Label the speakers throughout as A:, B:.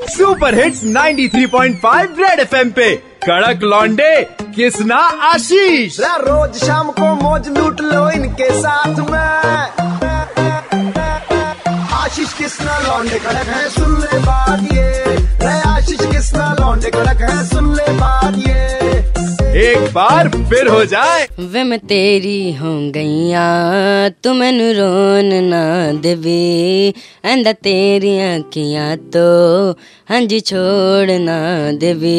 A: Super hits 93.5 red FM पे कड़क लौंडे किसना आशीष
B: रा रोज शाम को मौज लूट लो इनके साथ में आशीष किसना लौंडे कड़क है सुन ले बात ये रे आशीष किसना लौंडे कड़क है सुन ले बात ये
A: एक बार फिर हो जाए
C: वे मैं तेरी हो गईया तू मैनू रोन ना देवी ऐंदा तेरी अखियां तो हाँ जी छोड़ ना देवी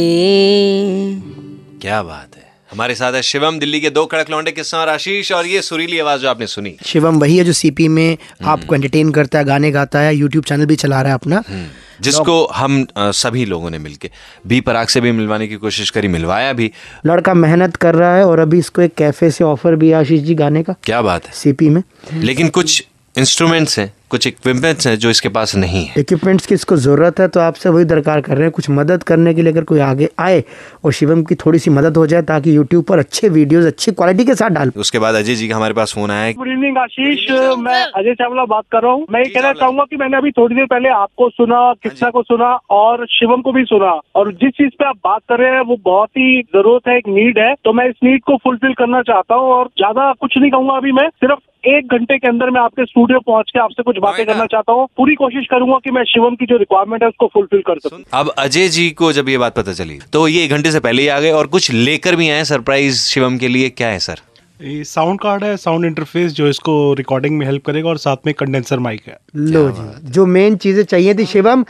D: क्या बात है हमारे साथ है शिवम दिल्ली के दो कड़क लौंडे किस्सा और आशीष और ये सुरीली आवाज जो आपने सुनी
E: शिवम वही है जो सीपी में आपको एंटरटेन करता है गाने गाता है यूट्यूब चैनल भी चला रहा है अपना
D: हम्म। जिसको हम अ, सभी लोगों ने मिलके बी पराग से भी मिलवाने की कोशिश करी मिलवाया भी
E: लड़का मेहनत कर रहा है और अभी इसको एक कैफे से ऑफर भी है आशीष जी गाने का
D: क्या बात है
E: सीपी में
D: लेकिन कुछ इंस्ट्रूमेंट्स हैं कुछ इक्विपमेंट्स हैं जो इसके पास नहीं है
E: इक्विपमेंट्स की इसको ज़रूरत है तो आपसे वही दरकार कर रहे हैं कुछ मदद करने के लिए अगर कोई आगे आए और शिवम की थोड़ी सी मदद हो जाए ताकि यूट्यूब पर अच्छे वीडियोस अच्छी क्वालिटी के साथ डाल
D: उसके बाद अजय जी का हमारे पास फोन आया
F: गुड इवनिंग आशीष मैं अजय चावला बात कर रहा हूँ मैं ये कहना चाहूंगा कि मैंने अभी थोड़ी देर पहले आपको सुना
D: हाँ
F: किस्सा को सुना और शिवम को भी सुना और जिस चीज पे आप बात कर रहे हैं वो बहुत ही जरूरत है एक नीड है तो मैं इस नीड को फुलफिल करना चाहता हूँ और ज्यादा कुछ नहीं कहूंगा अभी मैं सिर्फ एक घंटे के अंदर मैं आपके स्टूडियो पहुंच के आपसे कुछ बातें करना चाहता हूँ पूरी कोशिश करूंगा कि मैं शिवम की जो रिक्वायरमेंट है उसको फुलफिल कर सकूं
D: अब अजय जी को जब ये बात पता चली तो ये एक घंटे से पहले ही आ गए और कुछ लेकर भी आए सरप्राइज शिवम के लिए क्या है सर
G: ये साउंड कार्ड है साउंड इंटरफेस जो इसको रिकॉर्डिंग में हेल्प करेगा और साथ में कंडेंसर माइक है
E: लो जी जो मेन चीज़ें चाहिए थी शिवम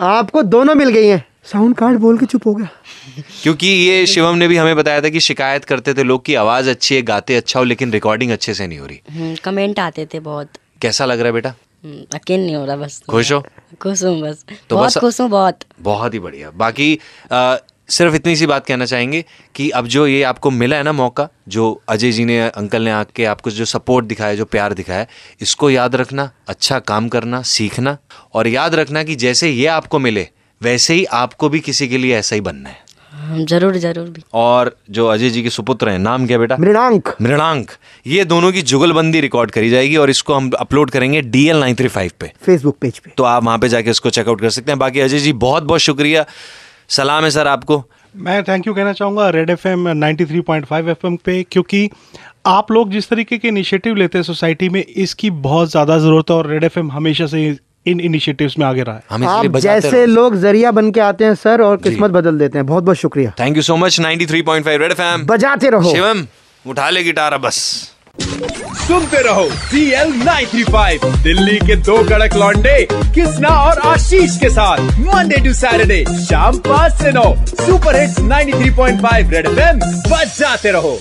E: आपको दोनों मिल गई हैं साउंड कार्ड बोल के चुप हो गया
D: क्योंकि ये शिवम ने भी हमें बताया था कि शिकायत करते थे लोग की आवाज अच्छी है गाते अच्छा हो लेकिन रिकॉर्डिंग अच्छे से नहीं हो रही
C: हम्म, कमेंट आते थे बहुत
D: कैसा लग रहा है बेटा
C: हम्म, यकीन नहीं हो रहा बस
D: खुश हो?
C: खुश हूँ बस
D: तो
C: बहुत
D: बस-
C: खुश हूँ बहुत
D: बहुत ही बढ़िया बाकी अ, सिर्फ इतनी सी बात कहना चाहेंगे कि अब जो ये आपको मिला है ना मौका जो अजय जी ने अंकल ने आके आपको जो सपोर्ट दिखाया जो प्यार दिखाया इसको याद रखना अच्छा काम करना सीखना और याद रखना कि जैसे ये आपको मिले वैसे ही आपको भी किसी के लिए ऐसा ही बनना है
C: हम जरूर जरूर भी
D: और जो अजय जी के सुपुत्र हैं नाम क्या बेटा
E: मृणांक
D: मृणांक ये दोनों की जुगलबंदी रिकॉर्ड करी जाएगी और इसको हम अपलोड करेंगे डीएल नाइन थ्री फाइव पे
E: फेसबुक पेज पे
D: तो आप वहाँ पे जाके उसको चेकआउट कर सकते हैं बाकी अजय जी बहुत बहुत शुक्रिया सलाम है सर आपको
G: मैं थैंक यू कहना चाहूँगा Red F M ninety three point five F M पे क्योंकि आप लोग जिस तरीके के इनिशिएटिव लेते हैं सोसाइटी में इसकी बहुत ज़्यादा ज़रूरत है और रेड एफ एम हमेशा से इन इनिशिएटिव्स में आगे रहा है
D: हम इसलिए
E: आप
D: बजाते
E: जैसे लोग जरिया बन के आते हैं सर और किस्मत बदल देते हैं बहुत बहुत शुक्रिया
D: thank you so much 93.5 red FM
E: बजाते रहो
D: शिवम उठा ले गिटार अब बस
A: सुनते रहो सी एल दिल्ली के दो कड़क लौंडे किसना और आशीष के साथ मंडे टू सैटरडे शाम पाँच से नौ सुपर हिट्स 93.5 रेड एफएम बजाते रहो